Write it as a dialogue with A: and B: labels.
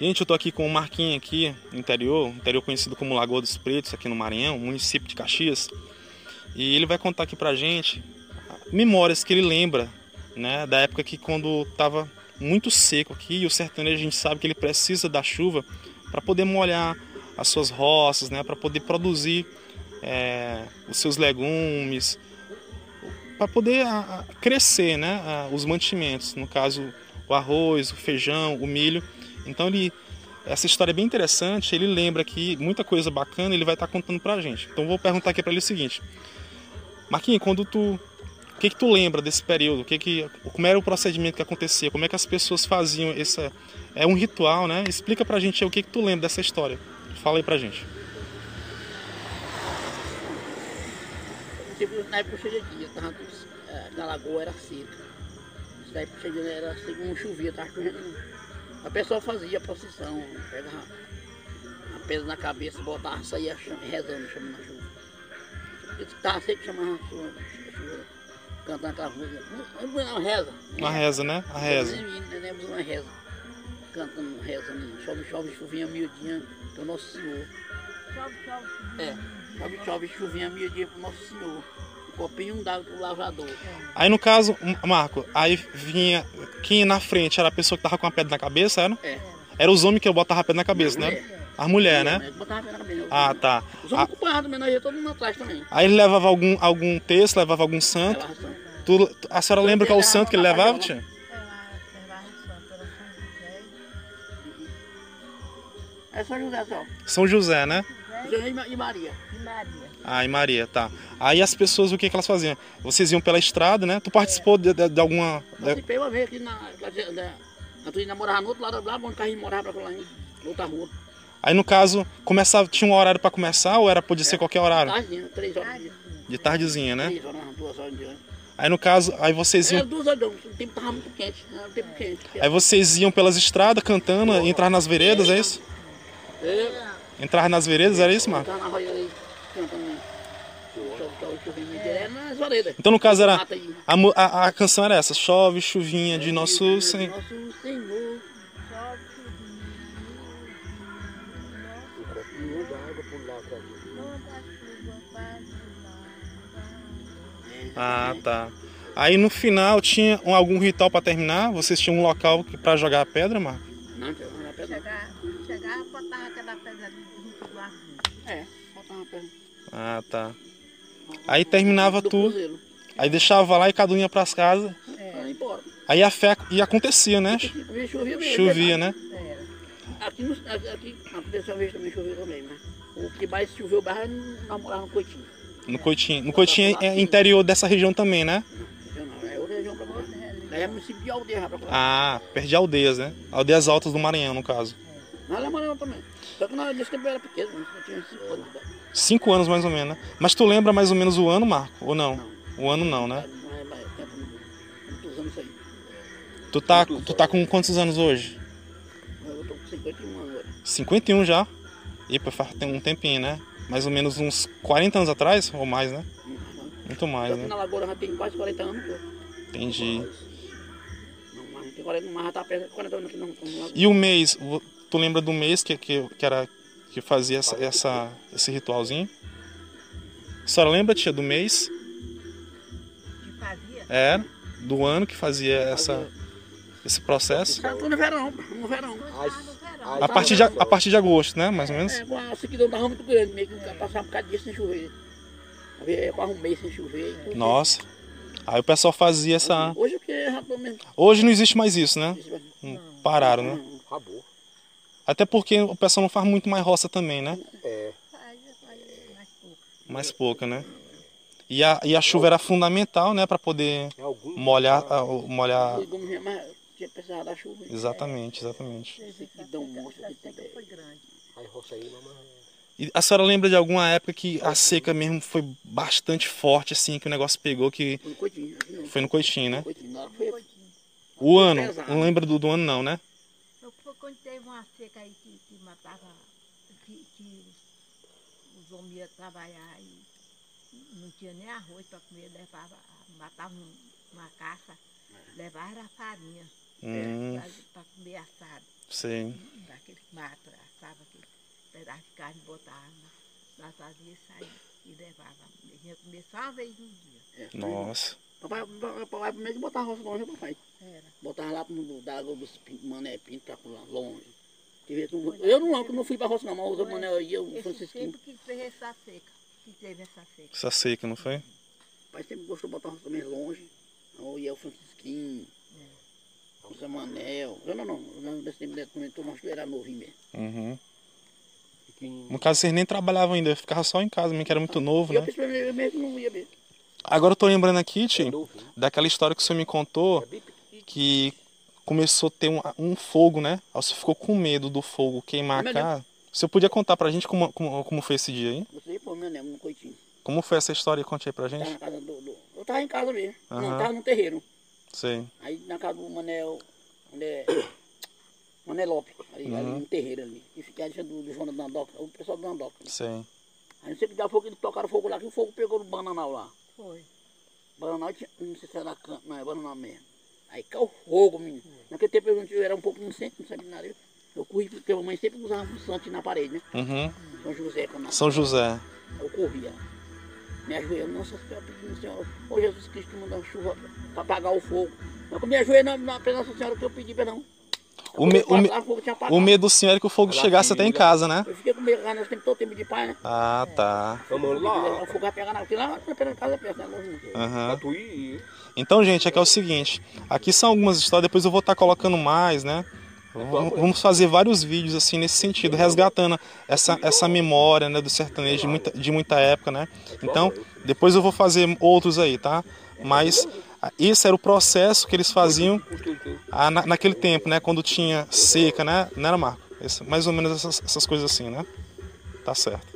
A: Gente, eu tô aqui com o Marquinhos aqui, no interior, um interior conhecido como Lagoa dos Pretos, aqui no Maranhão, município de Caxias. E ele vai contar aqui pra gente memórias que ele lembra, né, da época que quando tava muito seco aqui, e o sertanejo a gente sabe que ele precisa da chuva para poder molhar as suas roças, né, para poder produzir é, os seus legumes, para poder a, a, crescer, né, a, os mantimentos, no caso o arroz, o feijão, o milho. Então ele essa história é bem interessante, ele lembra que muita coisa bacana, ele vai estar tá contando pra gente. Então vou perguntar aqui para ele o seguinte: Marquinhos, quando tu o que que tu lembra desse período? O que que como era o procedimento que acontecia? Como é que as pessoas faziam essa é um ritual, né? Explica pra gente aí o que que tu lembra dessa história. Fala aí pra gente.
B: Tipo, na época cheia de dia, tava tudo, eh, na lagoa era seca. Isso daí cheia de dia era seco, não chovia, tava chovendo. A pessoa fazia a procissão, pegava a peso na cabeça, botava, saía cham- rezando, chamando a chuva. Isso que tava seco, chamava a chuva, a chuva cantando aquela música. Não, não, não, reza.
A: Uma reza, né? A reza.
B: Entendemos uma reza. Cantando, rezando. Chove, chove, chuvinha, miudinha, pro Nosso Senhor.
C: Chove, chove, chove.
B: É, chove, chove, chuvinha, miudinha pro Nosso Senhor. Um copinho d'água pro lavrador.
A: Aí no caso, um, Marco, aí vinha quem na frente era a pessoa que tava com a pedra na cabeça, era?
B: É.
A: Era os homens que eu botava a pedra na cabeça, né? As mulheres, né?
B: É, Botava a perna na cabeça.
A: Ah, tá.
B: Os homens ocupados, mas nós ia todo mundo atrás também.
A: Aí ele levava algum, algum texto, levava algum santo.
B: Lavava santo.
A: Tu, tu- a senhora lembra qual o santo que ele levava, tia?
C: Ela levava o santo, era São José.
B: É São José só.
A: São José, né?
C: José
B: José e Ma- e Maria.
C: e Maria.
A: Ah, e Maria, tá. Aí as pessoas, o que, que elas faziam? Vocês iam pela estrada, né? Tu participou de, de- de alguma. de-
B: Participei uma vez aqui na. na, na a tua namorava no outro lado lá, onde o carrinho morava pra lá, hein? Na outra rua.
A: Aí no caso, começava, tinha um horário pra começar ou era podia ser qualquer horário?
B: Tardezinha, né? três horas de dia.
A: De tardezinha, né?
B: Três horas, duas horas de dia.
A: Aí no caso, aí vocês
B: Era
A: iam.
B: É, duas horas, não. O tempo tava muito quente. Era um tempo quente.
A: Aí vocês iam pelas estradas cantando, entrar nas veredas, é isso?
B: É. então
A: Entrar nas veredas, era isso, Marco?
B: Tava na roia ali, cantando. né? Chove, chove, chove, mentira. É nas varedas.
A: Então no caso era.
B: Mata aí.
A: A, mu- a- a canção era essa, chove, chuvinha de nosso.
B: De
A: Sen-
B: Nosso um Senhor.
C: Chove, chuvinha. Nossa,
D: O copinho d'água pro lavrador.
C: toda chuva faz
A: Ah, tá. Aí no final tinha um- algum ritual pra terminar? Vocês tinham um local que- pra jogar a pedra, Marco?
B: Não, não era pedra.
C: Chegar, chegar, botava aquela pedra junto do arco.
B: É, faltava uma pedra.
A: Ah, tá. Aí terminava
B: Do
A: tudo.
B: cruzeiro.
A: Aí deixava lá e cada um ia pras casas.
B: Pra ir embora.
A: Aí a fé e acontecia, né?
B: Chovia, chovia mesmo.
A: Chovia, né?
C: Era.
B: Aqui, no- aqui, aqui dessa vez também choveu também, né? O que mais choveu barra nós morava no Coitinho.
A: No Coitinho. No Coitinho é interior dessa região também, né?
B: Não, não, é outra região pra lá. Daí é município de aldeia pra lá.
A: Ah, perdi aldeias, né? Aldeias altas do Maranhão, no caso.
B: Nós lá morava também. Só que nós, nesse tempo eu era pequeno, nós tínhamos cinco anos de idade.
A: Cinco anos mais ou menos, né? Mas tu lembra mais ou menos o ano, Marco? Ou não? O ano não, né?
B: Não é mais tempo, muitos anos aí.
A: Tu tá, tu tá com quantos anos hoje?
B: Eu tô com 51 anos agora.
A: 51 já. Epa, faz tem um tempinho, né? Mais ou menos uns 40 anos atrás, ou mais, né? Muito mais,
B: Só que
A: né?
B: na Lagoa já tem quase 40 anos. pô.
A: Entendi.
B: Não, mas tem 40, mas já tá perto de 40 anos aqui não. não-
A: E o mês, vo- tu lembra do mês que, que, que era que fazia essa, essa- esse ritualzinho? A senhora lembra, tia, do mês?
C: Que fazia?
A: É, do ano que fazia essa, esse processo?
B: Só que Tá no verão, no verão.
C: Coitado do verão.
A: A partir, de, a a partir de agosto, né? Mais ou menos?
B: É, com a sequidão tava muito grande, meio que passava um bocado de dia sem chover. Havia quase um mês sem chover. e tudo.
A: Nossa. Aí o pessoal fazia essa.
B: Hoje o que é rapaz mesmo?
A: Hoje não existe mais isso, né?
B: Isso, mas-
A: Pararam, né?
D: Acabou.
A: Até porque o pessoal não faz muito mais roça também, né?
D: É.
C: Fazia, fazia mais pouco.
A: Mais pouca, né? E a, e a chuva era fundamental, né? Pra poder
D: Em É algum
A: molhar. ah, o- molhar.
B: E como já mais- tinha precisado da chuva. então é,
A: Exatamente, exatamente.
B: Sequidão um monstro que tem.
C: Seca foi grande.
D: Aí roça aí, mamãe.
A: E a senhora lembra de alguma época que a seca mesmo foi bastante forte, assim, que o negócio pegou, que
B: Foi no coitinho, aqui não.
A: foi no coitinho, né?
B: Coitinho, na hora foi.
C: Coitinho.
A: O ano, não lembra do, do ano não, né?
C: Eu fui quando teve uma seca aí que, que matava, que, que os, os homens iam trabalhar e não tinha nem arroz para comer, levava, matava um- uma caça, levava era farinha
A: Hum,
C: para comer assado,
A: sei.
C: daquele fazia sair e levava. A gente comia só uma vez no dia.
B: É, foi-
A: Nossa.
B: Papai, papai, papai primeiro botava a roça longe, papai.
C: Era.
B: Botava lá no da água dos pin- mané pinto pra pular longe. Teve que- Eu não, eu não fui pra roça não, mas o outro mané e eu, o
C: Esse
B: Francisquinho.
C: tempo que teve essa seca, que teve essa seca.
A: Essa seca, não foi?
B: Papai sempre gostou de botar a roça mais longe. Eu ia o Francisquinho,
C: É.
B: o Samanel. Eu não, não, não, nesse tempo ele comentou, mas eu era novinho mesmo.
A: Uhum.
D: Pequenininho.
A: No caso, vocês nem trabalhavam ainda, ficava só em casa, mesmo, que era muito novo,
B: E eu
A: né?
B: principalmente eu mesmo não ia mesmo.
A: Agora eu tô lembrando aqui,
D: É
A: Ti,
D: novinho.
A: daquela história que o senhor me contou,
D: É bem pequenininho.
A: que começou a ter um, um fogo, né? Aí você ficou com medo do fogo queimar a
B: Melhor.
A: casa. Você podia contar pra gente como, como, como foi esse dia aí?
B: Você ia pôr meu nome no coitinho.
A: Como foi essa história? Conte aí pra
B: Tava
A: gente.
B: na casa do, do- Eu tava em casa mesmo.
A: Aham.
B: Não, tava no terreiro.
A: Sei.
B: Aí na casa do Manel. Mané, Mané Lopes, ali, ali
A: Uhum.
B: no terreiro ali. E fiquei ali do, do João da Dandoca, o pessoal do Dandoca.
A: Sei.
B: Aí sempre dá fogo, eles tocaram fogo lá, que o fogo pegou no bananal lá.
C: Foi.
B: Bananal tinha, não sei se era canto, não, é bananal mesmo. Aí caiu fogo, menino. Naquele tempo eu, não tinha- eu era um pouco inocente, não sabia nada. Eu- Eu corri, porque a mamãe sempre usava um santo na parede, né?
A: Uhum.
B: São José, quando
A: São José.
B: eu corria. Me ajoelhando, nossa senhora, pedindo, senhora, ô Jesus Cristo, manda uma chuva para apagar o fogo. Mas quando me ajoelhei na, na presença da senhora, que eu pedi perdão.
A: O, me, o, me,
B: Lá, fogo tinha apagado.
A: o medo do senhor era que o fogo chegasse até em casa, né?
B: Eu fiquei com medo, lá nós temos todo tempo de paz, né?
A: Ah, tá.
D: Vamos
B: O
D: lá.
B: fogo vai pegar na, porque lá na perna da casa é perto, né? Longe não tem.
A: Aham.
D: Tatuí.
A: Então, gente, aqui é o seguinte. Aqui são algumas histórias, depois eu vou estar colocando mais, né? Vamos vamos fazer vários vídeos assim nesse sentido, resgatando essa, essa memória né, do sertanejo de muita, de muita época, né? Então, depois eu vou fazer outros aí, tá? Mas ah, esse era o processo que eles faziam ah, na, naquele tempo, né? Ququando tinha seca, né? Não era, Marco? Esse- mais ou menos essas, essas coisas assim, né? Tá certo.